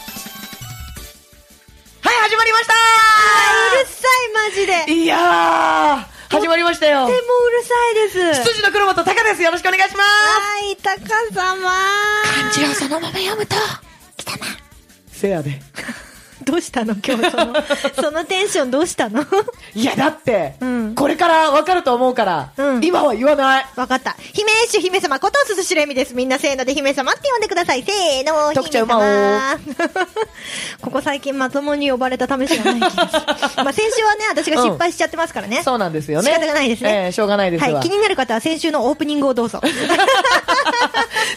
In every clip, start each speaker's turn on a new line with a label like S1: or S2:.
S1: はい、始まりました
S2: うるさいマジででも
S1: いやー、始まりましたよ
S2: う。るさいです
S1: 羊の黒本タカです。よろしくお願いします。
S2: はい、タカ様漢字をそのまま読むと貴様
S1: せやで。
S2: どうしたの今日その そのテンションどうしたの
S1: いや、だって、
S2: うん
S1: これからわかると思うから、
S2: うん
S1: 今は言わない。
S2: わかった姫主姫様ことすすしれみですみんなせーので姫様って呼んでくださいせーの
S1: 徳ちゃん
S2: 姫様ここ最近まともに呼ばれた試しがない気がす るまあ先週はね私が失敗しちゃってますからね、
S1: そうなんですよね。
S2: 仕方がないですね
S1: ええしょうがないですわ。
S2: はい、気になる方は先週のオープニングをどうぞ。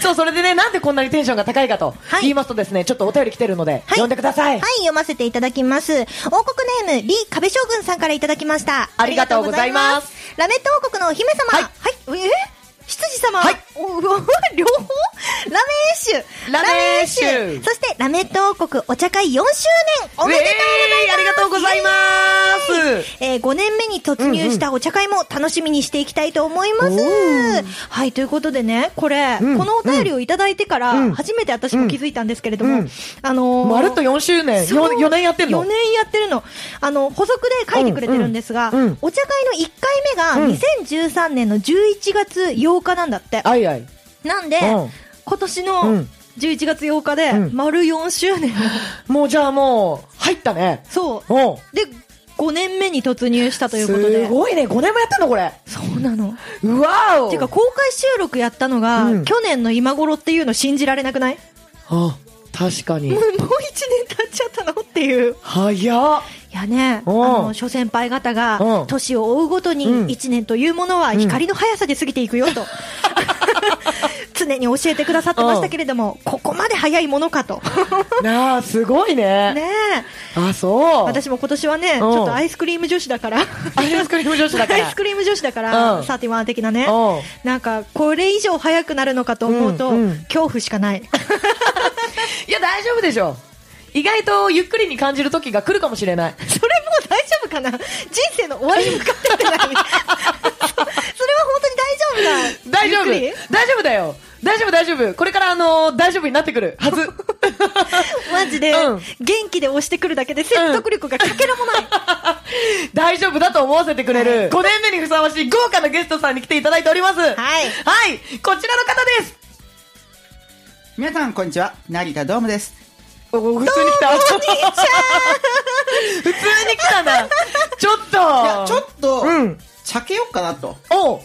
S1: そう、それでね、なんでこんなにテンションが高いかと、
S2: はい
S1: 言いますとですね、ちょっとお便り来てるので、読んでください。
S2: はい、読ませていただきます。王国ネーム、リ・壁将軍さんからいただきました。
S1: ありがとうございます。
S2: ラメット王国のお姫様。
S1: はい
S2: はい。え執事様。
S1: はい
S2: おうわ 両方ラメーシュ。
S1: ラメーシュ
S2: そして、ラメット王国お茶会4周年。おめでとう
S1: えーありがとうございます。
S2: えー、5年目に突入したお茶会も楽しみにしていきたいと思います。
S1: おー
S2: はい、ということでね、これ、
S1: うん
S2: このお便りをいただいてから、
S1: うん
S2: 初めて私も気づいたんですけれども、
S1: うん
S2: あのー
S1: まるっと4周年、
S2: そう
S1: 4, 年やってんの
S2: 4年やってるの。あの、補足で書いてくれてるんですが、
S1: うんうん
S2: お茶会の1回
S1: うん
S2: 目が2013年の11月8日なんだって。
S1: あいあい。
S2: なんで、
S1: うん
S2: 今年の
S1: うん
S2: 11月8日で、
S1: うん
S2: 丸4周 年。
S1: もうじゃあもう、入ったね。
S2: そ
S1: うん。
S2: う。で、5年目に突入したということ
S1: す
S2: で。
S1: ごいね、5年もやってんの、これ。
S2: そうなの。
S1: うわお
S2: てか、公開収録やったのが、
S1: うん
S2: 去年の今頃っていうの信じられなくない
S1: あ、確かに
S2: も。う1年経っちゃったのっていう。
S1: 早っ。
S2: いやね、あ
S1: うん
S2: の、諸先輩方
S1: う
S2: が
S1: ん、
S2: 年を追うごとに
S1: う、ん
S2: 一年というものは光の速さで過ぎていくよ と。常に教えてくださってましたけれども、ここまで早いも のかと。
S1: なあ、すごいね。
S2: ねえ。
S1: あ、そう。
S2: 私も今年はね、ち
S1: うん
S2: ょっとアイスクリーム女子だから。
S1: アイスクリーム女子だか
S2: アイ
S1: ら。
S2: スクリーム女子だから、
S1: うん
S2: サーティワン的なね。
S1: うん
S2: なんか、これ以上早くなるのかと思うと
S1: うんうん、
S2: 恐怖しかない。
S1: いや、大丈夫でしょ。意外とゆっくりに感じる時が来るかもしれない。
S2: それもう大丈夫かな人生の終わりに向かってってない それは本当に大丈夫だ
S1: 大丈夫
S2: ゆっくり
S1: 大丈夫だよ大丈夫大丈夫これからあのー大丈夫になってくるはず
S2: マジで、
S1: うん
S2: 元気で押してくるだけで説得力がかけらもない、
S1: 大丈夫だと思わせてくれる、
S2: はい
S1: 5年目にふさわしい豪華なゲストさんに来ていただいておりますはい
S2: はい
S1: はいこちらの方です
S3: 皆さん、こんにちは。成田ドームです。
S1: お普通に来た普 通に来たなちょっとい
S3: いや、ちょっと、
S1: うん
S3: 茶けようかなと
S1: おう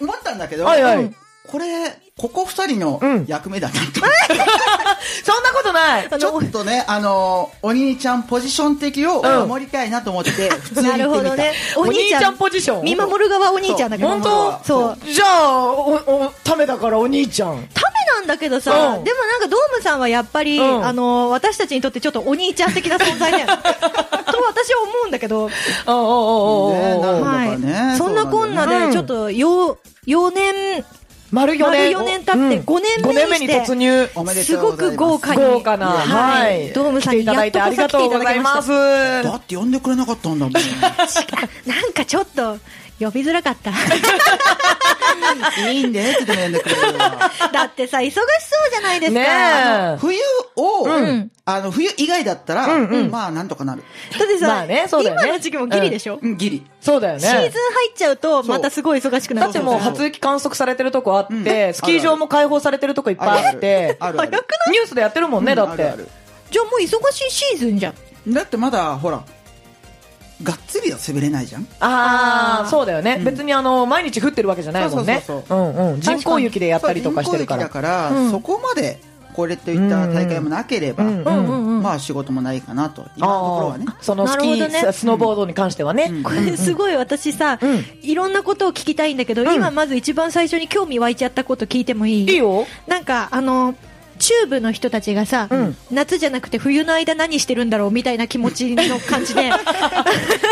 S3: 思ったんだけど、
S1: はいはい
S3: これ、ここ二人の
S1: うん
S3: 役目だな
S1: そんなことない
S2: あ
S3: と。ち
S2: の
S3: ょっとね、あのー、お兄ちゃんポジション的を
S1: うん
S3: 守りたいな と思って、普通に
S2: なる
S3: 行っ
S2: ほ
S3: てみ
S2: ど
S3: た。
S2: ね
S1: お兄ちゃんポジション
S2: 見守る側お兄ちゃんだけど
S1: 本当
S2: そう
S1: じゃあおおためだからお兄ちゃん
S2: ためなんだけどさ、
S1: うん
S2: でもなんかドームさんはやっぱり、
S1: うん
S2: あの私たちにとってちょっとお兄ちゃん的な存在だ よねと私は思うんだけど、
S1: おうおうおうおう
S3: ねな
S1: おう
S3: るほど
S2: はい
S3: ね
S2: そんなこんな
S1: そうなんだよ
S2: で
S1: ね
S2: ちょっとよう4年
S1: 丸4
S2: 丸
S1: 年
S2: 四年経っ
S1: う
S2: て
S1: ん
S2: 五年目にして
S1: 五に突入
S3: おめですとう
S2: ご
S3: ございま
S2: く
S3: す。
S2: 豪華に
S1: 豪華な
S2: は
S1: はいい、
S2: ドームさん
S1: 来て
S2: に
S1: いた
S2: や
S1: だ
S2: っ
S1: いて
S2: と
S1: あり
S2: こさ
S1: が
S2: 来
S1: と
S2: ていう
S1: ご
S2: ただ
S1: ざ
S2: き
S1: い
S2: ま
S1: ま
S2: し
S1: す
S2: た
S3: だって呼んでくれなかったんだもん。
S2: なんかちょっと呼びづらかった
S3: いいんで、って呼んでくれるのは
S2: だってさ、忙しそうじゃないですか。
S1: ね
S2: だ
S1: え
S3: 冬を、
S2: ん
S3: あの、冬以外だったら、
S1: うんうん
S3: まあ、なんとかなる。
S2: ってさ、
S1: まあねそうだよね
S2: 今の時期もギリでしょ、
S3: うん、ギリ。
S1: そうだよね
S2: シーズン入っちゃうと、またすごい忙しくな
S1: だ
S2: る
S1: ってもう初雪観測されてるとこあって、
S3: うん
S1: スキー場も開放されてるとこいっぱいあって
S3: あるある。
S1: ニュースでやってるもんね、だって
S3: うんあるある
S2: じゃあもう忙しいシーズンじゃん。
S3: だってまだ、ほら、がっつりは滑れないじゃん。
S1: あ
S2: あー
S1: あそうだよね、
S3: うん
S1: 別にあの毎日降ってるわけじゃないもんね
S3: そうそう
S1: うんうん人工雪でやったりとかしてるから
S3: そう人工雪だから、
S2: うん
S3: そこまでこれといった大会もなければ、
S1: うん
S2: うんうんうん。
S3: まあ仕事もないかなと今のところ
S1: あ
S3: はね
S1: あそのスキ
S2: な
S1: ー、
S2: るほどね
S1: スノーボードに関してはね、
S3: うん
S2: これすごい私さ、
S1: うん
S2: いろんなことを聞きたいんだけど、
S1: うん
S2: 今まず一番最初に興味湧いちゃったこと聞いてもいい
S1: いいよ
S2: なんか、あの、チューブの人たちがさ、
S1: うん
S2: 夏じゃなくて冬の間何してるんだろうみたいな気持ちの 感じで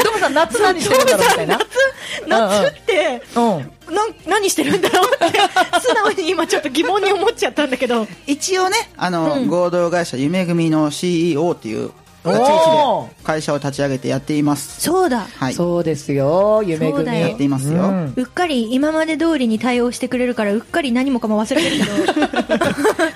S1: トムさん、夏何してるんだろうみたいな。
S2: 夏って
S1: うん。
S2: なん何してるんだろう って素直に今ちょっと疑問に思っちゃったんだけど
S3: 一応ねあの、合同会社夢組の CEO っていう
S1: おー
S3: 立ち位置で会社を立ち上げてやっています
S2: そうだ
S3: はい
S1: そうですよ、夢
S2: そうだ
S1: 組。
S2: よ
S3: やっていますよ
S1: うん
S2: うっかり今まで通りに対応してくれるからうっかり何もかも忘れてるけ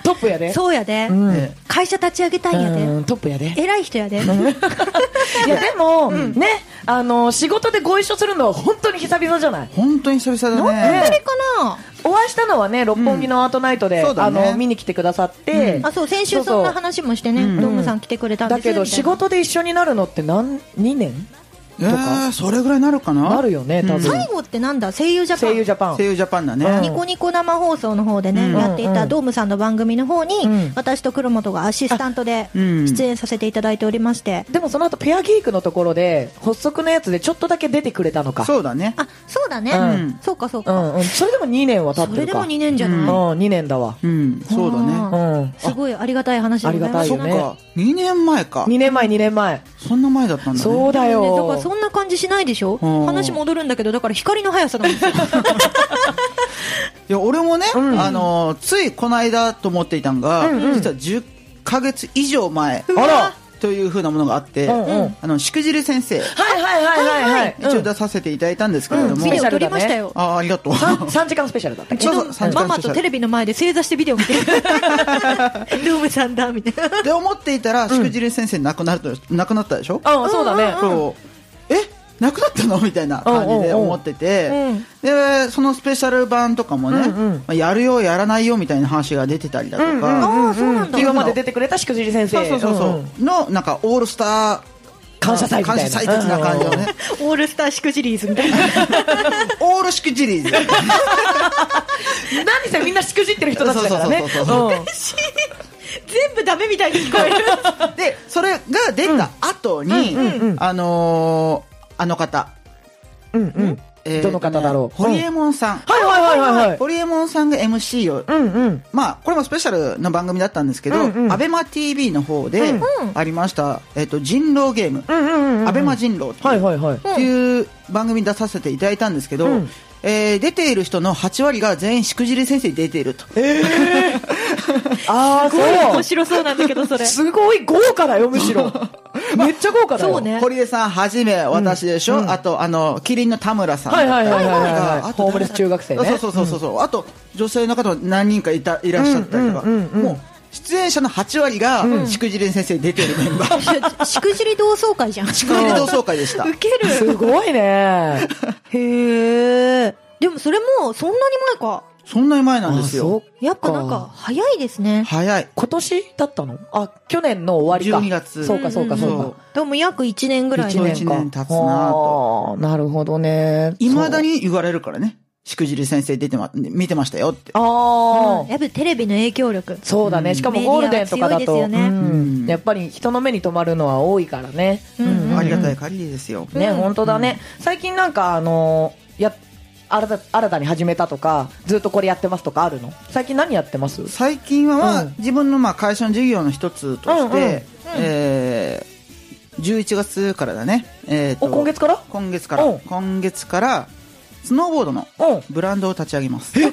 S1: トップやで。
S2: どそうやで、
S1: うん
S3: ええ
S2: 会社立ち上げたいんやで、
S1: うんトップやで。
S2: 偉い人やで
S1: いや、でも、ね、あの、仕事でご一緒するのは本当に久々じゃない
S3: 本当に久々だ
S1: なん
S3: ね
S1: で
S2: かな
S1: お会いしたのはね、六本木のアートナイトで、
S3: うんそうだ
S1: あ
S3: ね
S1: の、見に来てくださって、
S2: あそう先週
S1: そうそう
S2: そんな話もしてね
S3: うん
S2: ドームさん来てくれたんで
S1: だ
S2: すみ
S1: け
S2: たいな
S1: ど仕事で一緒になるのって何、2年
S3: えー、それぐらいなるかな
S1: なるよね、多
S3: うん
S1: 分
S2: 最。後ってなんだ声優ジャパン
S1: 声優ジャパン
S3: 声。優ジャパンだね、
S1: うん
S2: ニコニコ生放送の方でね、
S3: うん
S2: やってい
S1: うんう
S2: た
S1: ん
S2: ドームさんの番組の方に、
S1: うん
S2: 私と黒本がアシスタントで
S3: あうん
S2: 出演させていただいておりまして、
S1: でもその後、ペアギークのところで、発足のやつでちょっとだけ出てくれたのか。
S3: そうだね
S2: あそうだね、
S1: うん
S2: そうかそう
S1: う
S2: か、
S1: ん、うん。それでも2年は経っ
S2: そ
S1: て
S2: れ
S1: る
S2: で
S1: か。
S2: も2年じゃない、
S3: う
S1: うん、2年だわ。
S3: うんそうだ
S2: あ
S3: ね
S2: ー
S1: うん
S2: すごいありがたい話でございます
S1: ありがたいよね
S3: そっか2年前か
S1: 2年前、2年前。
S3: そんな前だったんだね
S1: そうだ
S2: ねだか
S1: よ
S2: ら。そんな感じしないでしょ、
S3: うん
S2: 話戻るんだけどだから光の速さなんですよ
S3: いや俺もね、
S1: うん
S3: あのーついこの間と思っていたのが、
S1: うんうん
S3: 実は10ヶ月以上前
S1: あら
S3: というふうなものがあって、
S1: うんうん
S3: あのしくじり先生
S1: はいはいはいはいはい。
S3: 一応
S1: うん
S3: 出させていただいたんですけれども、
S1: うん
S2: ビデオ撮りましたよ、
S3: ああありがとう
S1: さん3時間ス ペシャルだったっけ
S2: 一
S3: そう
S2: 度
S3: そう
S2: ママとテレビの前で正座してビデオ見 てるドームさんだみたいな
S3: で思っていたらしくじり先生亡くなると亡くなったでしょ、
S1: あ、そうだね。
S3: そうえ亡くなったのみたいな感じで思ってて、
S2: うんうんうん
S3: でそのスペシャル版とかも
S1: う
S3: ね、
S1: んうん
S3: まあ、やるよやらないよみたいな話が出てたりだとか、
S1: うんうん
S2: ああそうなんだ
S1: 今まで出てくれたしくじり先生。
S3: そうそうそうそう、
S1: ん
S3: のなんかオールスター
S1: 感謝祭みたいな
S3: 感謝祭的な感じのね、
S2: オールスターシクジリーズみたいな
S3: オールしくじり ーズ
S1: 何せみんなしくじってる人たちだからね。
S3: そうそうそうそう
S1: うん
S2: 全部ダメみたいに聞こえる
S3: でそれが出た後に、
S1: うんうんうん
S3: あのーあの方、
S1: うんうん。
S3: えー
S1: どの方だろう
S3: ホリエモンさん、
S1: はいはいはいはいはい。
S3: ホリエモンさんが MC を、
S1: うんうん。
S3: まあ、これもスペシャルの番組だったんですけど、
S1: うんうん
S3: アベマ t v の方で
S1: うん
S3: ありました、えっと人狼ゲーム、
S1: うんうんうん。
S3: アベマ人狼っていう,、
S1: はいはいはい。
S2: い
S3: っていう番組に出させていただいたんですけど、
S1: うん
S3: えー出ている人の8割が全員しくじり先生に出ていると。
S1: ああ、
S2: 面
S1: そう。
S2: 白そうなんだけどそれ
S1: すごい豪華だよ、むし ろ。めっちゃ豪華だよ。
S2: そうね
S3: 堀江さんはじめ私でしょ、
S1: うん
S3: あとあのキリンの田村さん
S1: はいはいはいはいはい
S3: だったりとかあと
S1: ホームレス中学生ね
S3: そうそうそうそう、うあと女性の方も何人かいたいらっしゃったりとか、
S1: うんうんうんうん
S3: もう出演者の8割がしくじり先生に出てるメンバー、
S2: しくじり同窓会じゃん
S3: しくじり同窓会 でした
S2: ウケる
S1: すごいね。
S2: へえでもそれもそんなに前か
S3: そんなに前なんです
S1: あそっ
S3: よ
S1: か
S2: やっぱなんか早いですね
S3: 早い
S1: 今年だったのあ、去年の終わり
S3: 12
S1: か。
S3: 月
S1: そうかそうかそう
S3: そ
S1: か
S3: う。
S2: でも約1年ぐらい
S1: 一
S2: の
S3: 一年経つなぁと
S1: あーなるほどね。
S3: いまだに言われるからねしくじり先生出て、ま、見てましたよって
S1: あ
S2: うん
S1: あ。
S2: やっぱりテレビの影響力
S1: そうだね。しかもゴールデンとかだ
S2: メ
S1: と、
S2: ディアは強いですよね
S1: うん
S3: うん
S1: やっぱり人の目に留まるのは多いからね。
S2: うんうん
S3: ありがたい限りですよ、
S1: ね、
S2: うん
S1: 本当だね。最近なんか、あのーや、新た新たに始めたとか、ずっとこれやってますとかあるの最近何やってます
S3: 最近は、まあ
S1: うん
S3: 自分のまあ会社の事業の一つと
S1: うんう
S3: し
S1: んうん
S3: て、えー11月からだね、えーと
S1: お、今月から
S3: 今月から
S1: うん
S3: 今月からスノーボードの
S1: うん。
S3: ブランドを立ち上げま
S1: そ
S3: す
S1: う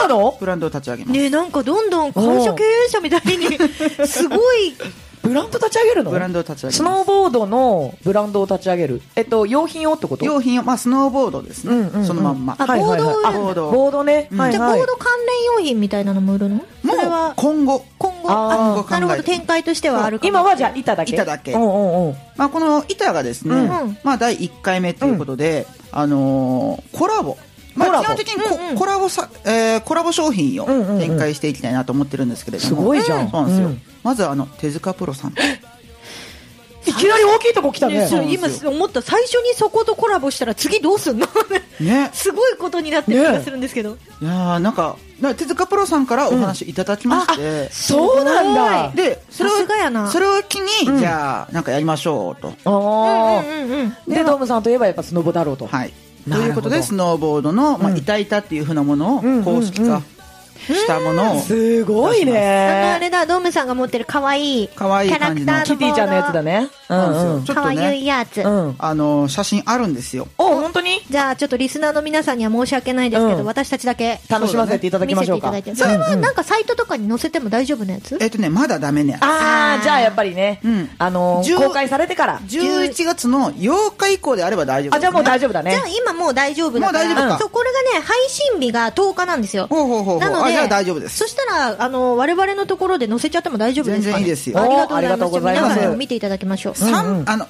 S1: なの
S3: ブランドを立ち上げます、
S2: ねなんかどんどん会社経営者みた いにすごい
S1: ブランド立ち上げるの
S3: ブランドを立ち上
S1: ス
S3: げま
S1: ノーボードのブランドを立ち上げる。えっと、用品をってこと
S3: す用品を、まあ、スノーボードですね、
S1: うんうんうん
S3: そのまんま
S2: あ
S1: はいはいはい
S2: ボードを売る
S3: ボード
S1: あボードね。
S3: うん
S1: はい
S2: じゃ
S1: は
S2: あ
S1: い
S2: ボード関連用品みたいなのも売るの
S3: も
S2: それ
S3: う
S2: は
S3: 今後
S2: 今後
S1: あー
S2: あなるほど展開としてはあるかも
S1: 今はじゃあ板だけ。
S3: 板だけ
S1: うんうんうん。
S3: まあ、この板がですね、
S2: うん
S3: まあ、第1回目ということで、あのーコラボ、ま
S1: コラ
S3: あ、
S1: ボ
S3: 基本的にコ,、
S2: うんうん
S3: コラボさ、えーコラボ商品を
S1: うんうんうん
S3: 展開していきたいなと思ってるんですけれども、
S1: すごいじゃん
S3: そうなんですよ、
S1: うん
S3: まずはあの手塚プロさん
S1: いきなり大きいとこ来たね
S2: ね。そう
S3: なん
S2: 今
S3: です
S2: 思った最初にそことコラボしたら次どうすんの
S3: ね
S2: すごいことになってる気がするんですけど、
S3: いやーなんかなんか手塚プロさんからお話いただきまして、
S1: そうなんだ。
S3: でそれ
S2: さすがやな
S3: をそれを機に、
S1: うん
S3: じゃあなんかやりましょうと
S1: あ
S2: うんうんうんうん
S1: あ。で、ドームさんといえばやっぱスノボだろうと。
S3: はいと
S1: なるほど
S3: いうことでスノーボードの、まあ、
S1: うん
S3: 板板っていうふうなもの
S1: うんうんうん
S3: を公式化、したものを
S1: すごい
S2: あのあ
S1: ね。
S2: れだ、ドームさんが持ってる可愛いキ
S3: 可愛い
S2: ャラ
S3: 感
S2: ク
S3: じの
S2: ター
S1: キティちゃんのやつだね。う
S3: なん
S1: ん
S3: ですよちょっ
S2: 可
S3: と
S2: 愛い
S3: ね
S2: やつ。
S1: うん。うん。
S3: あの写真あるんですよ
S1: お、本当に
S2: じゃあ、ちょっとリスナーの皆さんには申し訳ないですけど、
S1: うん
S2: 私たちだけ
S1: 楽しませていただき
S2: 見
S1: まし
S2: せ
S1: てょ
S2: いうた
S1: か。
S2: だいて。それは
S1: うん
S2: なんかサイトとかに載せても大丈夫なやつ
S3: えっとねまだダメね
S1: ああ、じゃあやっぱりね
S3: うん、
S1: あのー、
S3: 10
S1: 公開されてから。
S3: 11月の8日以降であれば大丈夫です、ね、
S1: あ、じゃあもう大丈夫だ
S2: じゃ
S1: ね
S2: あ。今もう大丈夫だから
S3: もう大丈夫か
S2: そうこれがね配信日が10日なんですよ
S3: ほうほうほうほう
S2: なの
S3: あ
S2: で
S3: じゃあ大丈夫です
S2: そしたらあの我々のところで載せちゃっても大丈夫ですか、ね、
S3: 全然いいですよ
S2: ありがとうござい
S1: おありがとうございます
S2: ますじゃあ皆さんも見ていただきましょう、
S3: 三
S1: うんうん
S3: あの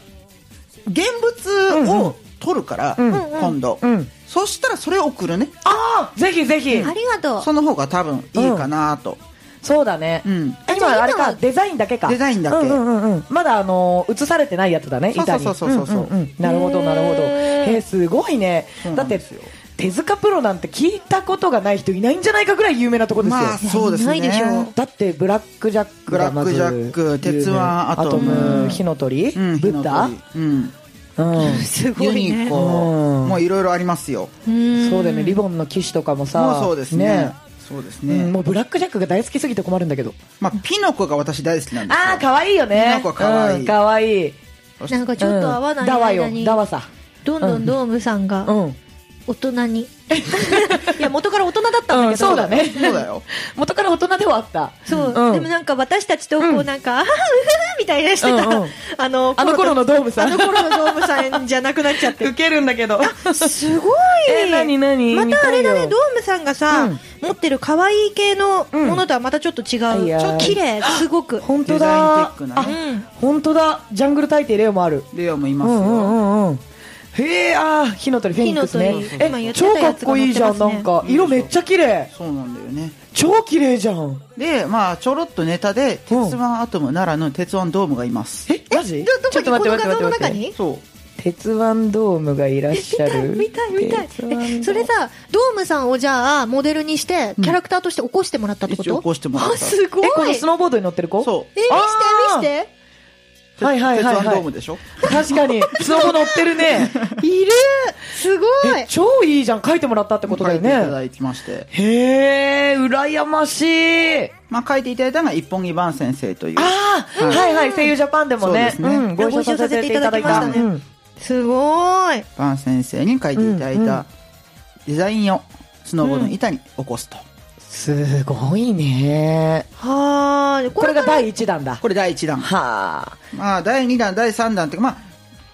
S3: 現物を撮るから、
S1: うん
S2: うん
S3: 今度、
S1: うん
S3: そしたらそれを送るね
S1: ああ、ぜひぜひ。
S2: ありがとう
S3: その方が多分いいかなと、
S1: そうだね。
S3: うん
S1: え
S2: じゃ
S1: 今
S2: あ
S1: あれ
S2: 今
S1: か
S2: は
S1: デザインだけか
S3: デザインだけ
S1: うんうんうんうんまだあのー映されてないやつだね
S3: そうそ
S1: 板
S3: う
S1: に
S3: そうそうそうそうん
S1: んんなるほどなるほど
S2: へー
S1: へーすごいね
S3: そう
S1: だ
S3: な
S1: っ
S3: ん
S1: て
S3: ですよ
S1: 手塚プロなんて聞いたことがない人いないんじゃないかぐらい有名なとこですよ、
S3: まあそうですね
S2: いやいないでしょ
S1: だってブラックジャックがまず
S3: ブラックジャック鉄腕
S1: 有名
S3: アトム
S1: 火の鳥、
S3: うん、
S1: ブッダ
S3: 火の、鳥うん、
S1: うん、
S2: すご
S3: ユ
S2: い
S3: ニ
S2: ね
S3: コ
S1: うん
S3: もういろいろありますよ
S2: うん
S1: そうだよねリボンの騎士とかもさ
S3: もうそうですねそうですね、
S1: うんもうブラックジャックが大好きすぎて困るんだけど
S3: まあ、ピノコが私大好きなんですよ
S1: ああ可愛いよね
S3: なんか可愛い
S1: うん可愛い
S2: なんかちょっと合わない
S1: だわよ
S2: 間に、
S1: だわさ。
S2: どんどんドームさんが
S1: うん。
S2: 大人 に、いや元から大人だったんだけど、
S1: うんそうだね。
S3: そうだよ。
S1: 元から大人ではあった。
S2: そう、
S1: うん
S2: でもなんか私たちとこうなんか、あははうふふみたいなしてた、
S1: うんうん
S2: あの
S1: あの頃のドームさ
S2: あ
S1: ん
S2: の。頃のドームさんじゃなくなっちゃって
S1: ウケるんだけど。
S2: す ごい
S1: え何何
S2: またあれだ
S1: 見た
S2: ね
S1: いよ
S2: ドームさんが
S1: う
S2: さ、
S1: ん
S2: 持ってる可愛い系のものとはまたちょっと違う、
S1: うん
S2: ちょっと綺麗すご く
S1: 本当
S3: デザイン
S1: だ
S3: テック。な
S1: あ
S2: う
S3: ね
S2: ん
S1: 本当だ。ジャングル大帝レオもある。
S3: レオもいうま
S1: ん
S3: す
S1: う
S3: よ。
S1: んうんうん。へえ、あー火の鳥フェニックスね
S2: 火の鳥。今言
S1: え、
S2: ってた
S1: 超か
S2: や
S1: っ
S2: つが
S1: こ
S2: 載
S1: いい
S2: って
S1: じゃ
S2: ま
S1: ん。
S2: すね
S1: なんか、色めっちゃ綺麗。
S3: そうなんだよね。
S1: 超綺麗じゃん。
S3: で、まあ、ちょろっとネタで、鉄腕アトムならぬ鉄腕ドームがいます。
S1: え、マジ
S2: どどこにこの画像の中に
S3: そ
S1: 鉄腕ドームがいらっしゃる。
S2: 見たい見たい
S1: 鉄腕ドーム
S2: えそれさドームさんをじゃあモデルにしてキャラクターとして起こしてもらったっ
S3: う。
S2: てこと
S3: 一応こうしてもらっ
S2: あ
S3: た。
S2: すごい
S1: え、このスノーボードに乗ってる子
S3: そ
S2: え見
S1: あー
S2: して
S3: う。
S1: はいはいはいはい
S3: 鉄腕ドームでしょ
S1: 確かに、スノボ乗ってるね。
S2: 見しているすごい
S1: え超いいじゃん。書いてもらったってことだよ
S3: 書いていただ
S1: ね。
S3: きまして。
S1: へえ、羨ましい。
S3: まあ、書いていただいたのが一本木番先生という。
S1: ああ、
S3: はい
S1: はいはい、声優ジャパンでもね、
S3: そうですね
S1: んご一緒させていただいた。
S3: ご一緒させていただきました
S2: ね
S1: うん
S2: すごい
S3: 番先生に書いていただい
S1: うんうん
S3: たデザインをスノーボードの板に起こすと。
S1: すごいね。
S2: はーい
S1: これが第一弾だ。
S3: これ第1弾。
S1: はあ。
S3: まあ、第2弾、第3弾っていうか、まあ、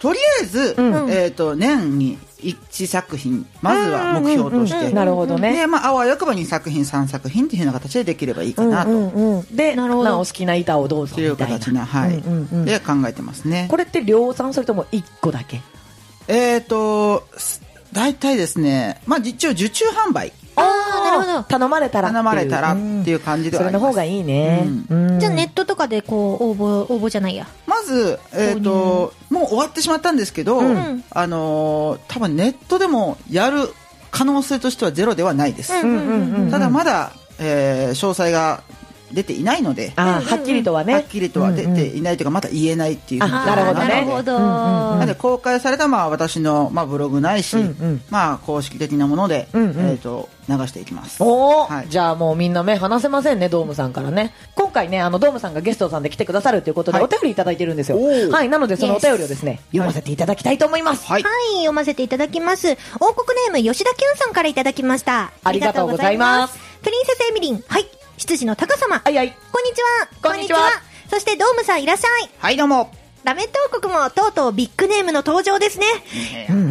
S3: とりあえず、
S1: うん
S3: えっ、と、年に1作品、まずは目標として。
S1: なるほどね。
S3: で、まあ、あわよくば2作品、3作品っていうような形でできればいいかなと。
S1: うんうんうんで、
S2: なるほど
S1: まあお好きな板をどうぞ
S3: とい
S1: み
S3: う
S1: たい
S3: 形
S1: な。
S3: な、はい、
S1: うんうんうん
S3: で考えてますね。
S1: これって量産それとも一個だけ
S3: えっ、と、す大体ですね、まあ、一応受注販売、
S2: あーなるほど
S1: 頼まれたらっていう。
S3: 頼まれたらっていう感じでは
S1: そ
S3: あ
S1: れ
S3: りま
S1: の
S3: す。
S1: 方がいいね。うん
S2: じゃあネットとかでこう応募応募じゃないや
S3: まず、えっ、と、もう終わってしまったんですけど、
S2: うん
S3: あのー多分ネットでもやる可能性としてはゼロではないです。
S2: うんうんうん
S3: ただまだ、えー詳細が出ていないので、
S1: あーはっきりとはね。
S3: はっきりとは出ていないというか、まだ言えないっていうふうに
S1: あなるほどね
S2: なるほど、
S1: うんうんうん
S3: なので公開されたまあ私のまあブログないし、
S1: うんうん
S3: まあ公式的なもので、
S1: うんうん
S3: えっ、と流していきます。
S1: おお、
S3: はい
S1: じゃあもうみんな目離せませんね、ドームさんからね。今回ね、あの、ドームさんがゲストさんで来てくださるということで、
S3: はい
S1: お便りいただいてるんですよ。
S3: おー
S1: はい、なのでそのお便りをですね、読ませていただきたいと思います。
S3: はい。
S2: はい、読ませていただきます。王国ネーム、吉田きゅんさんからいただきました。
S1: ありがとうございます
S2: ありがとうございます。プリンセスエミリン、はい、執事の高様、
S1: はいはい。
S2: こんにちは。
S1: こんにちは
S2: そして、ドームさんいらっしゃい。
S3: はい、どうも。
S2: ラメット王国もとうとうビッグネームの登場ですね。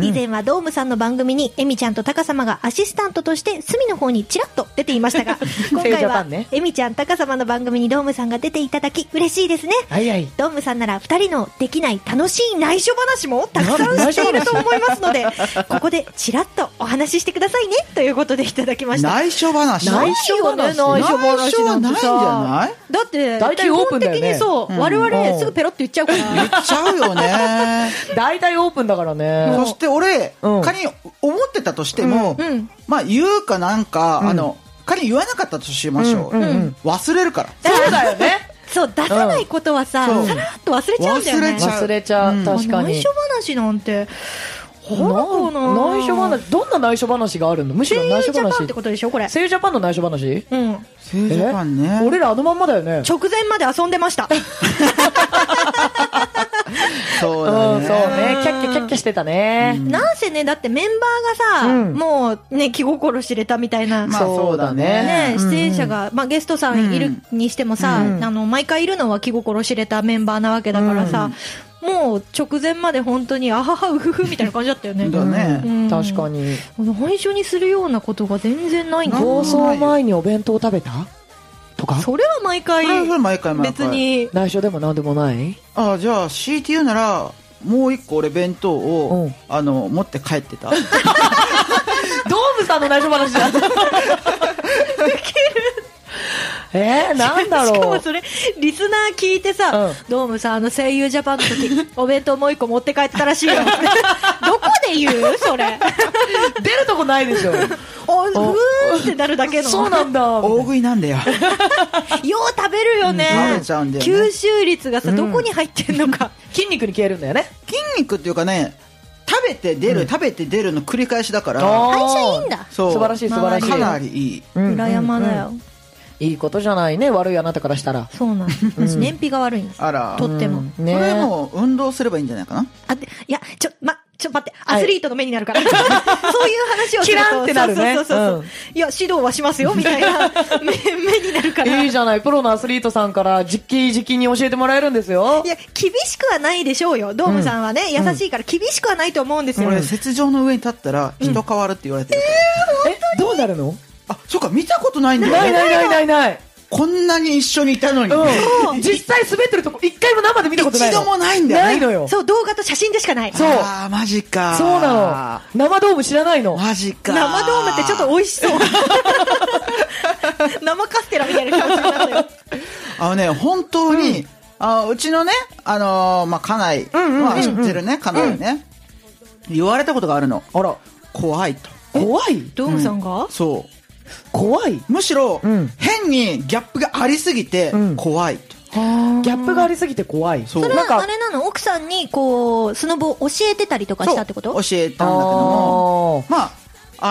S2: 以前はドームさんの番組にエミちゃんとタカ様がアシスタントとして隅の方にちらっと出ていましたが今
S1: セイジ
S2: 回
S1: ャパ
S2: は
S1: ンね
S2: エミちゃんタカ様の番組にドームさんが出ていただき嬉しいですね
S1: はいはい。
S2: ドームさんなら2人のできない楽しい内緒話もたくさんしていると思いますので ここでちらっとお話ししてくださいねということでいただきました
S3: 内緒話。
S1: 内緒話
S2: ないよね内緒
S3: 内緒はないんじゃない
S2: だって
S1: 大体オープンだよね
S2: 基本的にそう、
S3: うん
S2: 我
S1: うん
S2: 々すぐペロって言っちゃうから、
S3: 言っちゃうよね。
S1: 大体オープンだから
S3: そ
S1: ね。
S3: して俺、
S1: うん
S3: 仮に思ってたとしても、
S2: うんうん
S3: まあ言うかなんか、あの、仮に言わなかったとしましょう。
S1: うんうんうん
S3: 忘れるから。
S1: そうだよね。
S2: そう出さないことはさ、
S3: うん
S2: さらっと忘れちゃうんだよ
S3: 忘
S2: ね
S3: れちゃう
S1: 忘れちゃう。
S3: うん
S1: 確かに
S2: 内緒。話なんてほらかな
S1: 内緒話、どんな内緒話があるのむしろ
S2: 声優
S1: 内
S2: ジ
S1: 緒
S2: ャパン
S1: 話
S2: って。ことでしょこれ。
S1: 声優ジャパンの内緒話
S2: うん。
S3: 聖ジャパンね。
S1: 俺らあのまんまだよね。
S2: 直前まで遊んでました。
S3: そう
S1: うん、そう
S3: だ
S1: ね
S3: ね。。
S1: キャッキャキャッキャしてたね。
S2: なんせね、だってメンバーがさ、
S1: うん
S2: もうね、気心知れたみたいな。
S3: まあそうだね。
S2: ね、出演者が、まあ、ゲストさんいるにしてもさ、
S1: うん
S2: あの毎回いるのは気心知れたメンバーなわけだからさ、もう直前まで本当にあははうふふみたいな感じだったよね。
S3: だね
S2: うん
S1: 確かに。
S2: 内緒にするようなことが全然ないんだ
S3: なん
S1: 放送前にお弁当食べたとか
S2: それは毎回
S3: これは毎回毎
S2: 別
S3: 回。。
S2: に
S1: 内緒でも何でもない
S3: ああ、じゃあ CTU なら、もう一個俺弁当
S1: う
S3: を
S1: ん、
S3: あの、持って帰 ってた。
S1: ドームさんの内緒話だ。えー、なんだ
S2: しか
S1: ろ
S2: も
S1: う。
S2: それリスナー聞いてさ、
S1: うん
S2: ドームさんあの声優ジャパンの時お弁当もう一個持って帰ってたらしいよ どこで言うそれあ
S1: 出るとこない でしょ。
S2: ふーんってなるだけの
S1: そうなんだ。
S3: 大食いな んだよ。
S2: よう食べるよね,、
S3: うん食べちゃうんだよね
S2: 吸収率がさ、どこに入ってんのか
S1: 筋肉に消えるんだよね。
S3: 筋肉っていうかね、食べて出る、食べて出るの繰り返しだから、
S1: あー
S2: 代謝いいんだ
S3: そう。
S1: 素晴らしい素晴らしい
S3: かなりいい。
S1: うん
S2: 裏山だよ、
S1: いいことじゃないね、悪いあなたからしたら。
S2: そうなんです、私燃費が悪いんです
S3: あら。
S2: とっても、
S1: うん
S3: これ
S1: ね
S3: もう運動すればいいんじゃないかな
S2: あでいやちょまちょ待って
S1: い
S2: アスリートの目になるから、 そういう話をすると
S1: キランってなるね
S2: そうそうそうそう、
S1: うん
S2: いや指導はしますよみた いな目目になるから
S1: いいじゃない、プロのアスリートさんから直々に教えてもらえるんですよ
S2: い。や、厳しくはないでしょうよ。ドームさんはね、優しいから厳しくはないと思うんですよ。
S3: 俺、雪上の上に立ったら人変わるって言われてる。
S1: え、どうなるの
S3: あ、そうか、見たことないんだ
S1: ない
S3: よね。
S1: ないないないない。
S3: こんなに一緒にいたのに。
S1: うん。実際滑ってるとこ、一回も生で見たことない
S3: 一
S1: の。
S3: 度もないんだよね。
S1: ないのよ。そう。
S2: そう、動画と写真でしかない。
S1: そう
S3: ああ、マジか。
S1: そうなの。生ドーム知らないの。
S3: マジか。
S2: 生ドームってちょっと美味しそう。 生カステラみたいな感じになったよ。
S3: あのね、本当に、あうちのね、あのーまあ、家内、まあ、知ってるね、家内ね、言われたことがあるの。
S1: あら、
S3: 怖いと。
S1: 怖い
S2: ドームさんが、
S3: そ
S1: 怖いギ
S3: う。むしろ、
S1: うん
S3: 変にギャップがありすぎて
S1: うん、
S3: 怖いと。
S1: ャップがありすぎて怖い。
S3: そう
S2: それ
S1: なん
S2: はあ
S1: か、
S2: れなの奥さんに、こう、スノボを教えてたりとかしたってこと
S3: そう教えたんだけども、まあ、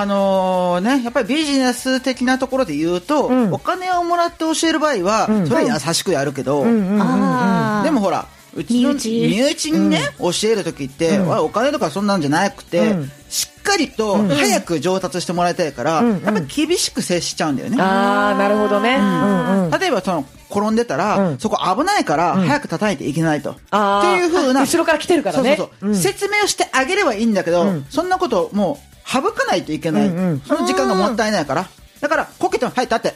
S3: あのーね、やっぱりビジネス的なところで言うと、
S1: うん
S3: お金をもらって教える場合は、
S1: うん
S3: それは優しくやるけど、
S1: うんうんうん
S2: ああ。
S3: でも、ほら、うちの
S2: 身内
S3: 身内にね、教えるときって、
S1: うん
S3: わお金とかそんなんじゃなくて、
S1: うん
S3: しっかりと早く上達してもらいたいから、
S1: うん
S3: やっぱり厳しく接しちゃうんだよね。
S1: あー、なるほどね。うんうん。
S3: 例えばその転んでたら、
S1: うん
S3: そこ危ないから早く叩いていけないと。
S1: あ
S3: って
S1: ー
S3: いう風な。
S1: 後ろから来てるからね
S3: そうそうそう
S1: うん
S3: 説明をしてあげればいいんだけど、
S1: うん
S3: そんなこともう省かないといけない。
S1: うんうん
S3: その時間がもったいないから。だから、こけても、はい、立って。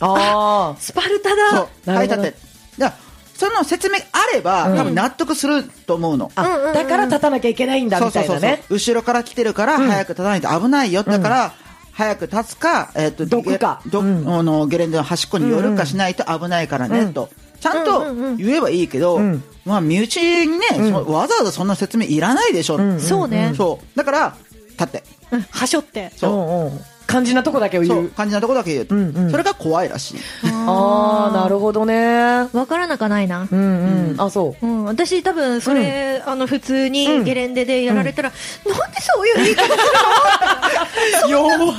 S1: あ
S2: スパルタだ。
S3: そう。
S1: な
S3: は
S1: る
S3: い、
S1: ほど
S3: 立って。だからその説明あれば、
S1: うん
S3: 多分納得すると思うの。
S1: ー
S2: うんうんう
S1: あ。
S2: ん
S1: だから立たなきゃいけないんだ、
S3: そう
S1: みた
S3: そう
S1: い
S3: そう
S1: な
S3: そう
S1: ね。
S3: 後ろから来てるから早く立たないと危ないよ、だから早く立つか、えっと
S1: どくか
S3: ゲど
S1: うん
S3: あのゲレンデの端っこに寄るかしないと危ないからね、
S1: うん
S3: とちゃん
S2: うんうんう
S3: と
S2: ん
S3: 言えばいいけど、
S1: うん
S3: まあ、身内にね、そわざわざそんな説明いらないでしょ、
S1: うん
S2: そうね。
S3: そうだから立って
S2: うんはしょって。
S3: そう
S1: うんうん肝心なとこだけを
S3: そ
S1: 言
S3: う
S1: う。
S3: 感じなとこだけ言うと、
S1: うんうん
S3: それが怖いらしい
S1: あー、なるほどね。
S2: わからなかないな。
S1: うんうん。あ、そう。
S2: うん、私多分それ、あの普通にゲレンデでやられたら、なんでそういう言い方するの転んじゃったんだ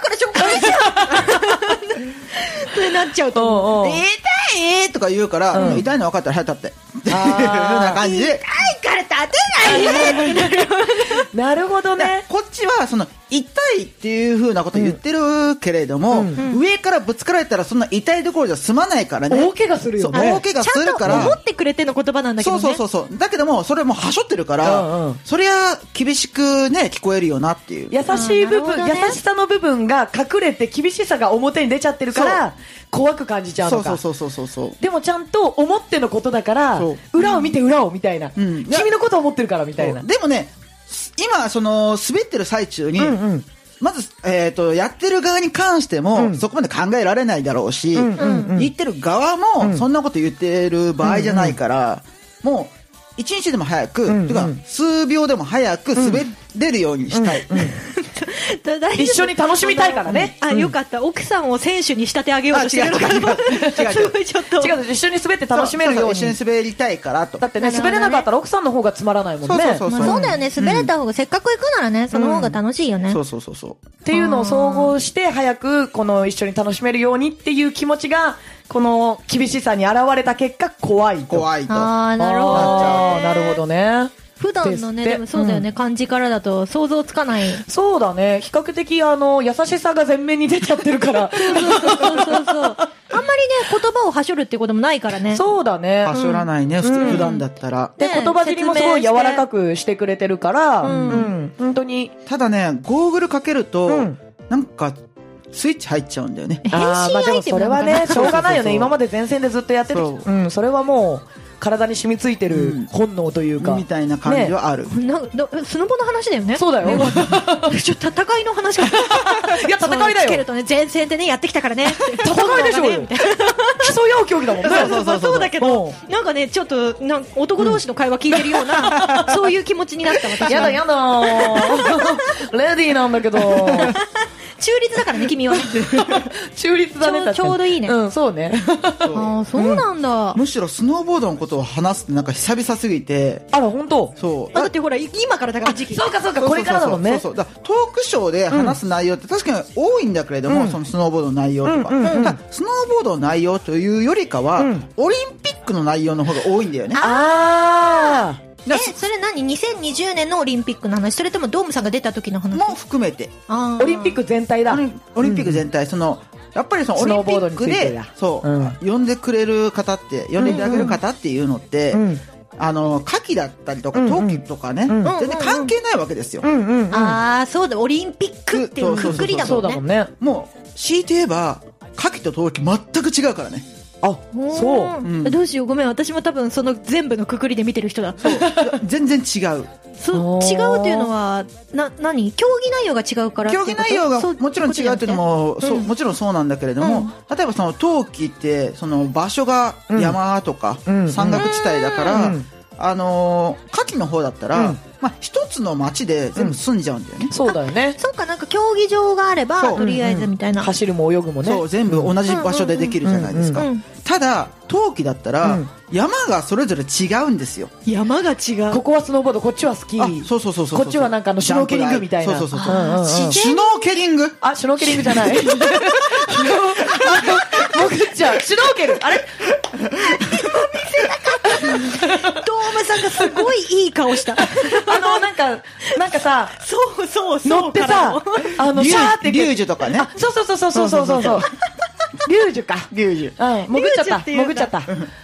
S2: からしょうがないじゃんってなっちゃうと思う
S1: おうおう
S2: えー
S3: 痛いとか言うから、
S1: うん
S3: 痛いの分かったら早く立って っていうよう
S1: あー
S3: な感じで
S2: 痛いから立てないで
S1: なるほどね。
S3: こっちはその痛いっていうふうなこと言ってるけれども、
S1: うん
S3: 上からぶつかられたらそんな痛いどころじゃ済まないからね
S1: 大怪我するよ
S3: そう
S1: ね
S3: 大。怪我
S2: ち
S3: す
S2: ゃん
S3: るか
S2: と
S3: ら
S2: 思ってくれての言葉なんだけど
S3: そ
S2: ね
S3: うそうそうそうだけどもそれもはしょってるから、
S1: うんうん
S3: そりゃ厳しくね聞こえるよなっていう
S1: 優しい部分、
S2: あーなるほどね
S1: 優しさの部分が隠れて厳しさが表に出ちゃってるから、怖く感じちゃうの
S3: そう
S1: か。
S3: そうそうそうそうそう
S1: でもちゃんと思ってのことだから
S3: そ、
S1: 裏を見て裏をみたいな。
S3: うん
S1: 君のことを思ってるからみたいな。
S3: でもね今その滑ってる最中に、
S1: うんうん
S3: まず、えっとやってる側に関して
S1: う
S3: も、
S1: ん
S3: そこまで考えられないだろうし、
S1: うんうんうん
S3: 言ってる側も、そんなこと言ってる場合じゃないから、もう一日でも早く、
S1: んうん
S3: てか数秒でも早く滑れるようにしたい、
S2: 大丈夫
S1: 一緒に楽しみたいからね
S2: あのあ、よかった。奥さんを選手に仕立て上げようとしてるのかな
S3: あ違う違う違う違う
S2: すごいちょっと。
S1: 違う、一緒に滑って楽しめるよう
S3: そうそう
S1: に
S3: 一。緒に滑りたいからと
S1: だってね、
S2: なるほ
S1: 滑
S2: どね
S1: れなかったら奥さんの方がつまらないもんね。
S3: そうそうそう
S2: まあそうだよね。滑れた方が、せっかく行くならね、その方が楽しいよね
S3: そ。うそうそうそう
S1: っていうのを総合して、早くこの一緒に楽しめるようにっていう気持ちが、この厳しさに現れた結果、怖いと。い。
S3: 怖いと
S2: ああ、なるほ
S1: あ
S2: どね。
S1: ーなるほどね。
S2: 普段の
S1: ですっ
S2: ね、
S1: て
S2: でもそうだよね、感じからだと想像つかない。
S1: そうだね。比較的、あの、優しさが前面に出ちゃってるから。
S2: そうそうそうそう。あんまりね、言葉をはしょるってこともないからね。
S1: そうだね。
S3: はしょらないね、普通普段だったら、
S1: で、
S2: ね
S1: 言葉尻もすごい柔らかくしてくれてるから、うんん、本当に。
S3: ただねゴーグルかけると、
S1: うん
S3: なんかスイッチ入っちゃうんだよね
S2: 変身
S1: あーまあでもそれは
S2: アイテムな
S1: ね、
S2: のかな
S1: しょうがないよ
S3: そうそうそう
S1: ね。今まで前線でずっとやってて、
S3: そう
S1: うん、それはもう、体に染みついて
S3: うん
S1: る本能というか。
S3: みたいな感じはある、
S2: なんかどスノボの話だよね。
S1: そうだよ。
S2: ちょっと戦いの話が。
S1: いや、戦いだ
S2: つける
S1: よ。
S2: とね、前線でね、やってきたからね。
S1: 戦いでしょうよ。競い合う競技だもんね。
S2: そうそうそうそうだけど
S1: う、
S2: なんかね、ちょっと、なんか男同士の会話聞いてるような、 そういう気持ちになった、私は。
S1: やだやだレディーなん だけど。
S2: 中立だからね、君は。
S1: 中立だね、
S2: ちょうちょうどいいね
S1: うん、そうね。
S3: そ う
S2: ああ、そうなんだ。
S3: むしろスノーボードのことを話すってなんか久々すぎて
S1: あら、本当
S3: そう
S2: だってほら、今からだから時期。
S1: そうかそうか、これからだもんね。
S3: そうそうそうだからトークショーで話す内容って確かに多いんだけれども、そのスノーボードの内容とか,、だからスノーボードの内容というよりかは、オリンピックの内容の方が多いんだよね
S1: あー。
S2: え、それ何 ?2020 年のオリンピックの話それともドームさんが出た時の話
S3: も含めて
S2: あー
S1: オリンピック全体だ。
S3: オリンピック全体、そのやっぱりそのオリンピッ
S1: スノーボード
S3: ク
S1: について
S3: で
S1: だ
S3: そう、
S1: うん
S3: 呼んでくれる方って呼んでいただける方っていうのって、
S1: うん
S3: あの夏季だったりとか
S1: うん
S3: 冬季とかね、
S1: ん
S3: 全然関係ないわけですよ、
S1: うんうんうん。
S2: ああ、そうだ、オリンピックっていうくくりだ
S1: そうん
S2: も
S1: だもん
S2: ね。
S1: ね。
S3: もう強いて言えば夏季と冬季全く違うからね
S1: あ、そう。
S2: うどうしよう、ごめん。私も多分その全部のくくりで見てる人だ。
S3: 全然違う
S2: そう
S1: あー
S2: 違うっていうのは、な、何競技内容が違うからってい
S3: 競
S2: うこ
S3: 技
S2: と。
S3: 内容が
S2: そ
S3: もちろん違うっていうの。もそうもちろんそうなんだけれども、例えばその冬季ってその場所が山とか
S1: うんうん
S3: 山岳地帯だから、
S1: うん
S3: あのー夏季の方だったら、
S1: うん
S3: まあ、一つの町で全部住んじゃうんだよね、
S1: そうだよね。
S2: そうか、なんか競技場があれば、
S3: そう
S2: とりあえずみたいな。
S1: 走るも泳ぐもね。
S3: そう全部同じ場所でできるじゃないですか、
S2: うんうんうん
S3: ただ冬季だったら、
S1: うん
S3: 山がそれぞれ違うんですよ
S2: 山が違
S1: こ。こはスノーボード、こっちはスキ
S3: あ
S1: ー。
S3: そうそうそうそう
S1: こっちはなんかあの、シュノーケリングみたいな。
S3: そうそうそう
S1: う
S3: そう
S1: んうんうん
S2: 自
S3: シュ
S2: 然
S3: ノーケリング
S1: あ、シュノーケリングじゃ ない。シュノーあの潜っちゃう。シュノーケル。あれ
S2: ドームさんがすごいいい顔した。
S1: あの、なんか、なんかさ、
S2: そうそうそう。
S1: 乗ってさ、あの、
S3: リ
S1: シャーって。
S3: ュリュージュとかね
S1: あ、そうそうそうそうそうそうそうそう。リュージュか。
S3: リュージュ
S1: うん、潜っちゃった。
S2: リュージュって言う
S1: 潜
S2: ん
S1: っちゃ
S2: だ
S1: っ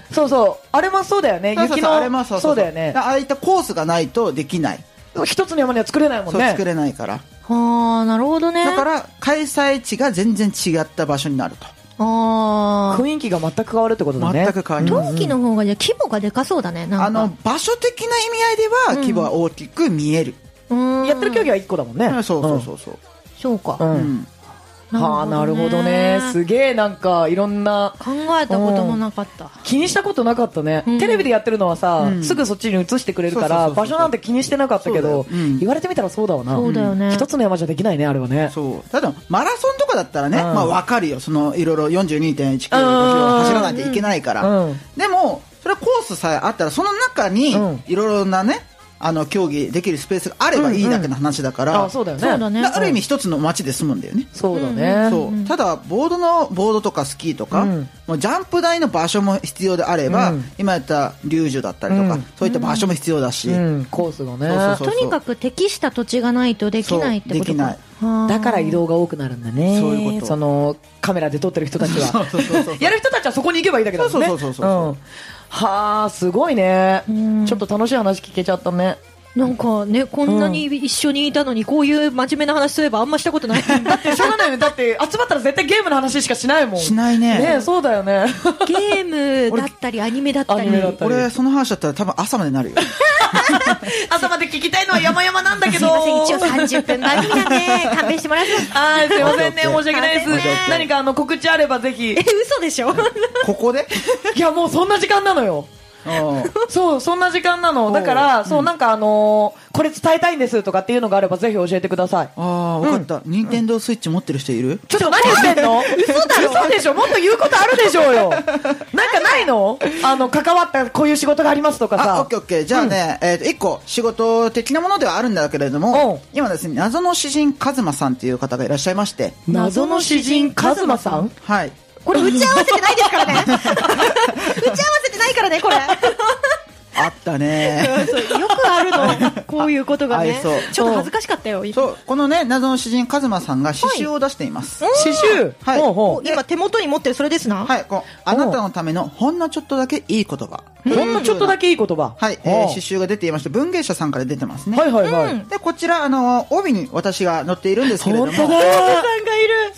S1: た。そうそう。あれもそうだよね。
S3: そうそう
S1: 雪
S3: そうあれも
S1: の、
S3: そうそ
S1: そう
S3: そう
S1: うだよね。
S3: ああいったコースがないとできない、
S1: 一つの山には作れないもん
S3: そう
S1: ね
S3: 作。れないから
S2: はあ、なるほどね。、
S3: だからら開催地が全然違った場所になると
S2: ああ。
S1: 雰囲気が全く変わるってことだね。
S3: 全く変わります
S2: 冬季の方が、じゃあ規模がでかそうだね、なんか。
S3: あの場所的な意味合いでは規模は大きく見える、
S2: うーん
S1: やってる競技は1個だもんね。
S3: そうそうそうそう、
S2: そうか。
S1: うん。
S3: う
S1: うん。
S3: ん
S1: はあ、なるほどね。すげえなんか、いろんな、
S2: 考えたこともなかった。
S1: 気にしたことなかったね。
S2: うん
S1: テレビでやってるのはさ、
S3: うん
S1: すぐそっちに移してくれるか
S3: そう
S1: ら、
S3: そうそうそう
S1: 場所なんて気にしてなかったけど、
S3: そうだようん
S1: 言われてみたらそうだわな。
S2: そうだよね。
S1: 一つの山じゃできないね、あれはね。
S3: そうただマラソンとかだったらね、
S1: うん
S3: まあわかるよそのいろいろ42.1キロ
S1: うん
S3: 走らないといけないから、
S1: うん
S3: でもそれはコースさえあったらその中に
S1: うん
S3: いろいろなねあの競技できるスペースがあればいいだけの話だから、
S1: あ、そうだよね。
S2: そうだね
S3: だある意味一つの街で済むんだよね、
S1: そうだね。
S3: そうただボードのボードとかスキーと
S1: う
S3: か、
S1: ん
S3: もうジャンプ台の場所も必要であれば、
S1: うん
S3: 今やったリュージュだったりとか、
S1: うん
S3: そういった場所も必要だし、
S1: うん、コースがね。
S3: そうそうそう
S2: とにかく適した土地がないとできないってことか
S3: そうできない
S2: はあ
S1: だから移動が多くなるんだね。
S3: そういうこと
S1: その、カメラで撮ってる人たち
S3: そう
S1: は。
S3: そうそうそう
S1: やる人たちはそこに行けばいいだけだもんね。
S3: そうそうそうそうそうん
S1: はあ、すごいね
S2: ん。
S1: ちょっと楽しい話聞けちゃったね。
S2: なんかねこんなに一緒にいたのにこういう真面目な話すればあんましたことない
S1: だってしょうがないよね。だって集まったら絶対ゲームの話しかしないもん。
S3: しないね
S1: ねそうだよね。
S2: ゲームだったりアニメだった
S1: ア
S2: り
S1: ニメだったり。
S3: 俺その話だったら多分朝までなるよ
S1: 朝まで聞きたいのは山々なんだけ
S2: すい
S1: ど。
S2: ません一応30分番組なんで勘弁してもらえます
S1: はい、すいませんね。申し訳ないです
S2: すいませんね。
S1: 何かあの告知あればぜひ
S2: え。嘘でしょ
S3: ここで
S1: いや、もうそんな時間なのよ。そう、そんな時間なの。だから、そう、なんかあのーこれ伝えたいんですとかっていうのがあれば、ぜひ教えてください。
S3: ああ、わかった。任天堂スイッチ持ってる人いる
S1: ちょっと何してんの嘘だろ嘘でしょもっと言うことあるでしょう よなんかないのあの、関わったこういう仕事がありますとか
S3: あ、
S1: さ。
S3: オッケーオッケー。じゃあね、えっと、一個、仕事的なものではあるんだけれど
S1: おう
S3: も、今ですね、謎の詩人カズマさんっていう方がいらっしゃいまして、
S1: 謎の詩人、カズマさん
S3: はい。
S2: これ打ち合わせてないですからね打ち合わせてないからねこれ
S3: あっ たね。
S2: そうよくあるのこういうことが
S3: あ
S2: ね
S3: りそう
S2: ちょっと恥ずかしかったよ今
S3: そう、このね、謎の詩人カズマさんが詩集を出しています。
S1: 詩集
S3: はい
S1: ほうほう
S2: 今手元に持ってるそれですな、
S3: はい、こう、あなたのためのほんのちょっとだけいい言葉。
S1: ほんのちょっとだけいい言葉。
S3: はい、
S1: ほ
S3: え
S1: う
S3: ー詩集が出ていまして、文芸者さんから出てますね。
S1: はいはいは
S2: う
S1: い
S2: ん。
S3: で、こちら、あの、帯に私が載っているんですけれども、
S1: 本当
S3: そ
S1: だ
S2: さんがいる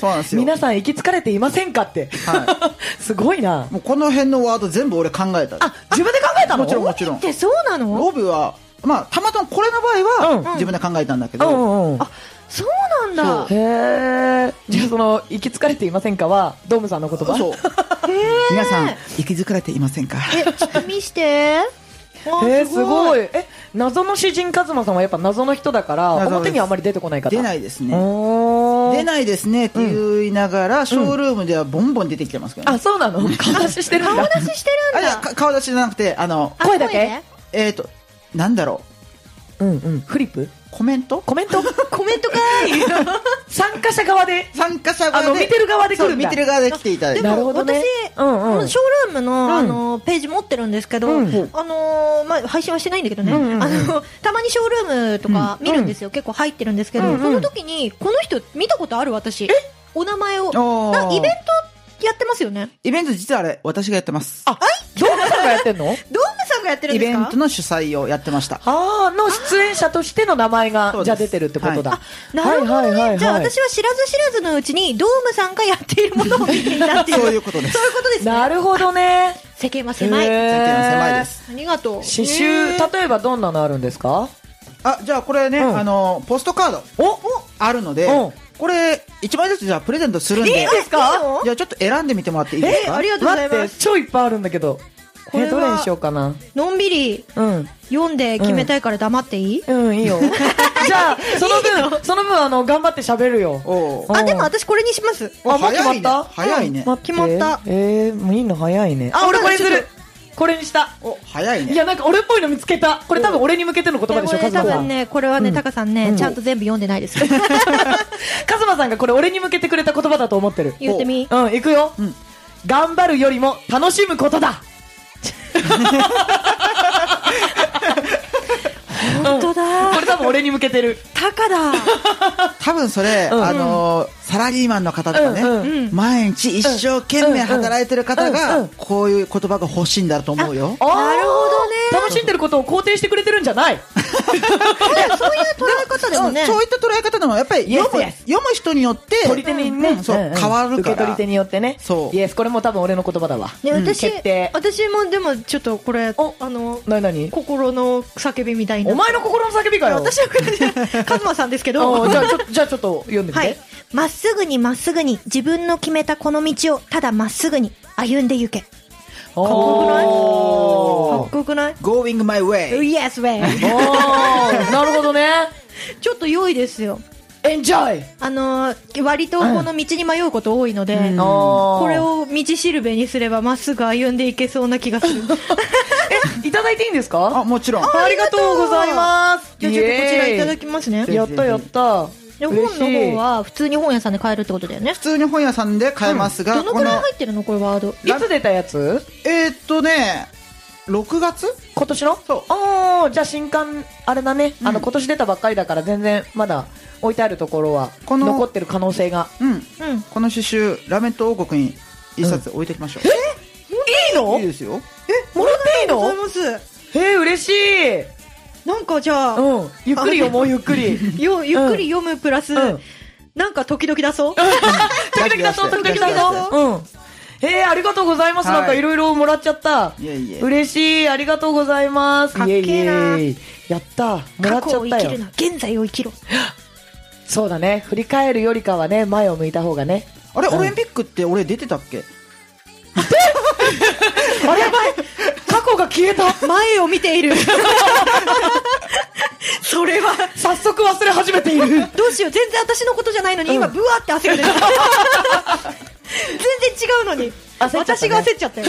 S3: うなんですよ。
S1: 皆さん、行き疲れていませんかって。
S3: は
S1: すごいな。
S3: もうこの辺のワード全部俺考えた。
S1: あ、自分で考えたの
S3: もちろんもちろ
S2: っ
S3: ん。
S2: てそうなの
S3: 帯は、まあ、たまたまこれの場合
S1: うん
S3: は、自分で考えたんだけ
S1: う
S3: ど、
S1: んうんうん。
S2: あそうなんだ
S1: へえ。じゃあその、行き疲れていませんかは、ドームさんの言葉
S3: そう。
S2: へえ
S3: 皆さん、生き疲れていませんか
S2: えちょっと見してあ
S1: えー、すごい。え、謎の詩人カズマさんはやっぱ謎の人だから、
S3: 謎です
S1: 表にはあまり出てこない方。。
S3: 出ないいですね。出
S1: 出い。
S3: ないですねって言いながら、ショールームではボンボン出てきてますけどね。
S1: あ、そうなの顔出ししてるん
S2: 顔
S1: だ。
S2: 出しして
S3: あ、
S2: るん
S3: いや、
S2: だ
S3: か顔出しじゃなくて、あの、
S2: あ
S1: 声だけ
S2: ね
S3: えっと、なんだろ
S1: うんうん。フリップ
S3: う、コメント
S1: コメント
S2: コメントかーい
S1: 参加者側で。
S3: 参加者側で
S1: あの見てる側で来るんだ
S3: そう見てる側で来ていただい
S2: で
S3: て
S1: なる
S2: も
S1: ほどね
S2: 私
S1: うんうん
S2: ショールーム
S1: ん
S2: のあのページ持ってるんですけど
S1: う
S2: あ
S1: ん
S2: のまあ配信はしてないんだけどね
S1: うんうんうん
S2: あのたまにショールームとか見るんですよ結構入ってるんですけど
S1: うんうん
S2: その時にこの人見たことある私お名前を
S3: おー
S2: なイベントやってますよね
S3: イベント実はあれ私がやってます
S1: あ、ドームさんがやってんの
S2: ドームさんがやってるん
S3: イ
S2: です
S3: ベ
S2: か
S3: ントの主催をやってました
S1: あー、の出演者としての名前
S3: そ
S1: が、
S3: う
S1: じ
S3: で
S1: ゃあ
S3: す
S1: 出てるってことだ。
S2: なるほど
S1: はいは
S2: ね、
S1: いはいはい
S2: じゃあ私は知らず知らずのうちにドームさんがやっているものを見ていたっていう
S3: そういうことです
S2: そういうことですね
S1: なるほどね。
S2: 世間は狭い、
S1: へー
S3: 全然狭いです
S2: ありがとう
S1: 刺繍、例えばどんなのあるんですか
S3: あじゃあこれね、
S1: うん
S3: あのポストカード
S1: お
S3: あるので、
S1: うん
S3: これ一枚ずつじゃあプレゼントするんで
S2: いいですかいいの
S3: じゃあちょっと選んでみてもらっていいですか、
S2: ありがとうございます
S1: 待って、超いっぱいあるんだけど。
S2: これ
S1: え、
S2: は
S1: どれにしようかな。
S2: のんびり
S1: うん。
S2: 読んで決めたいから黙っていい、
S1: うん、いいよ。 じゃあ、その分、その分、あの、頑張って喋るよ。
S3: おう
S1: うん
S2: あでも私これにします
S1: あ、もう決
S3: 早
S1: ま
S3: い
S1: っ
S3: ね
S1: た
S3: 早いね、
S1: 待
S2: 決まった
S1: えー、もういいの早いね。あ、
S2: あ
S1: 俺これにす
S2: ちょっ
S1: るこれにした。
S3: お早い
S1: い
S3: ね
S1: や、なんか俺っぽいの見つけた。これ多分俺に向けての言葉でしょ、
S2: こ
S1: カ
S2: れ
S1: ズマ
S2: 多
S1: さ
S2: 分
S1: ん。
S2: ねこれはね、タカさんね、ちゃんと全部読んでない です
S1: カズマさんがこれ俺に向けてくれた言葉だと思ってる。
S2: 言ってみ
S1: うん、行くよ
S3: ん。
S1: 頑張るよりも楽しむことだ
S2: 本当だ
S1: これ多分俺に向けてる。
S2: タカだ
S3: 多分それ、
S1: うん
S3: あのーサラリーマンの方とかね、
S1: うん
S2: うんうん
S3: 毎日一生懸命働いてる
S1: う
S3: 方
S1: んうん
S3: が
S1: うん
S3: こういう言葉が欲しいんだと思うよ
S1: あー
S2: なるほどね
S1: 楽しんでることを肯定してくれてるんじゃない
S2: そういう捉え方でもね
S3: うんそういった捉え方でもやっぱり読む
S1: Yes, yes
S3: 読む人によって
S1: 取り手にね、
S3: うんそう変わる
S1: 受
S3: から
S1: け取り手によってね
S3: そう
S1: イエスこれも多分俺の言葉だわ
S2: ね私、
S1: 決定
S2: 私もでもちょっとこれ
S1: お
S2: あの
S1: なになに
S2: 心の叫びみたいな
S1: お前の心の叫びかよ
S2: 私はこれでカズマさんですけど
S1: おうじゃあちょっとじゃあちょっと読んでみて、
S2: はい。まっすぐにまっすぐに、自分の決めたこの道を、ただまっすぐに歩んでゆけ。か
S1: お
S2: っこよ
S1: ー
S2: くないかっこよくない
S3: Going my way
S2: ?Yes, way!
S1: おーなるほどね
S2: ちょっと良いですよ。
S1: エンジョイ
S2: あのー、割とこの道に迷うこと多いので、
S3: うん
S2: こ
S1: こ
S2: れを道しるべにすればまっすぐ歩んでいけそうな気がする。
S1: えいただいていいんですか
S3: あもちろん
S1: ありがとうございます
S2: じゃあちょっとこちらいただきますね
S3: イエー。イ
S1: やったやった
S2: で本の方
S1: 嬉
S2: は普通に本屋さんで買えるってことだよね
S3: 普。通に本屋さんで買えますが、
S2: どの
S3: こ
S2: くらい
S3: の
S2: 入ってるのこれワード。
S1: しいいつ出たやつ
S3: えー、っとね6月
S1: 今年の
S3: そう
S1: ああじゃあ新刊あれだね、あの今年出たばっかりだから全然まだ置いてあるところは
S3: この
S1: 残ってる可能性が
S3: うん
S2: うん。い
S3: この刺繍ラメット王国に一冊置いてきましょう、
S1: いいの
S3: いいですよ
S1: もらっていいの
S2: ます。
S1: えー、嬉しい
S2: なんかじゃあ、
S1: うんゆっくり読もうゆっくり
S2: よゆっくり読むプラス、
S1: うん
S2: なんか時々出そう。
S1: 時々だぞ時々
S3: 出して
S1: だぞうんえー、ありがとうございます、
S3: はい
S1: なんかいろいろもらっちゃった
S3: いえいえ
S1: 嬉しいありがとうございます
S2: かっけーな
S1: イエイイエイやったもらっ
S2: 過
S1: ち
S2: 去
S1: ゃ
S2: を
S1: っ
S2: 生
S1: た
S2: きる
S1: よ
S2: な現在を生きろ
S1: そうだね振り返るよりかはね前を向いた方がね
S3: あれ、
S1: うん
S3: オリンピックって俺出てたっけ
S1: あれやばい過去が消えた
S2: 前を見て いる。それは、
S1: 早速忘れ始めている
S2: どうしよう。全然私のことじゃないのに、今、ブワーっ て焦る。全然違うの
S1: 焦
S2: に。
S1: っちゃったね
S2: 私が焦っちゃったよ。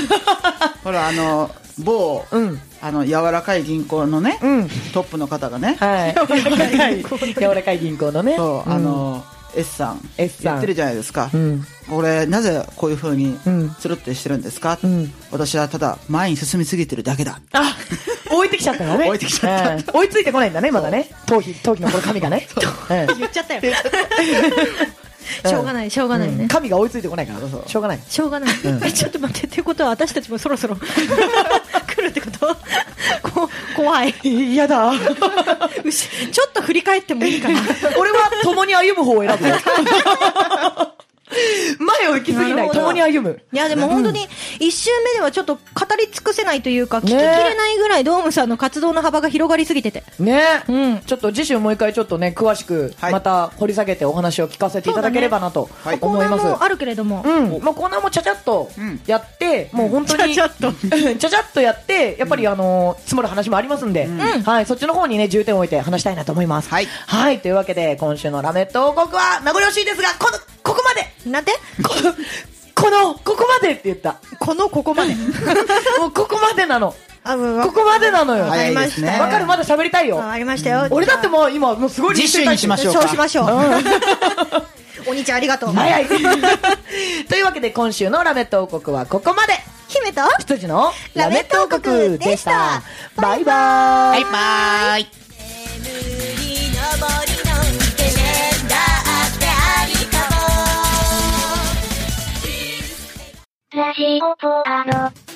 S3: ほらあの某、
S1: うん
S3: あの柔らかい銀行のね、
S1: うん
S3: トップの方がね、
S1: はい柔らかい柔らかい銀行のね
S3: そうあの、S さん
S1: S さん
S3: 言ってるじゃないですか、
S1: うん
S3: 俺なぜこういう風に
S1: うん
S3: つるってしてるんですか、
S1: うん
S3: 私はただ前に進みすぎてるだけだ
S1: あ置いてきちゃったのね
S3: 置いてきちゃった
S1: うん追いついてこないんだねまだね頭皮頭皮のこの髪がね
S2: 言っち ゃったよ。しょうがない、しょうがないね。
S1: 髪が追いついてこないから
S3: そうそう
S1: しょうがない
S2: しょうがない。え、ちょっと待って、ってことは私たちもそ ろそろ来るってことこ怖い。
S1: 嫌だ
S2: うしちょっと振り返ってもいいかな。
S1: 俺は共に歩む方を選ぶよ前を行き過ぎ
S2: な
S1: な
S2: る
S1: い
S2: ほど
S1: 共に歩む
S2: いやでも本当に一周目ではちょっと語り尽くせないというか、聞きき
S1: ね
S2: れないぐらいドームさんの活動の幅が広がりすぎてて。
S1: ね、
S2: うん
S1: ちょっと次週もう一回ちょっとね詳しく
S3: はい
S1: また掘り下げてお話を聞かせていただければなと
S3: はい
S2: コー
S1: 思い
S2: ナ
S1: ます、
S2: ーもあるけれども。
S1: うんまあ、コーナーもちゃちゃっと
S3: うん
S1: やって、もう本当に
S2: ちゃちゃっと
S1: ちゃちゃっとやってやっぱりあのー積もる話もありますんで、はい、そっちの方にね重点を置いて話したいなと思います
S3: はい
S1: というわけで今週の「ラメット王国」は名残惜しいですがこのここまで
S2: なんで
S1: ここのここまでって言った
S2: このここまで。
S1: もうここまでなの
S2: あ、わ
S1: ここまでなのよ
S2: わ
S1: わ
S2: かりま
S3: 早いです
S2: し
S3: ね
S2: たよ。
S1: かるまだ喋りたいよ
S2: わかりましたよ。
S1: 俺だってもう今もうすごい
S3: 次週にしましょうか
S2: そうしましょう。 お兄ちゃんありがとう。
S1: 早いというわ けで今週の「ラメット王国」はここまで
S2: 姫と
S1: 羊の
S2: ラメット王国でした
S1: バイバイ
S3: バイ
S4: ラジオポアド。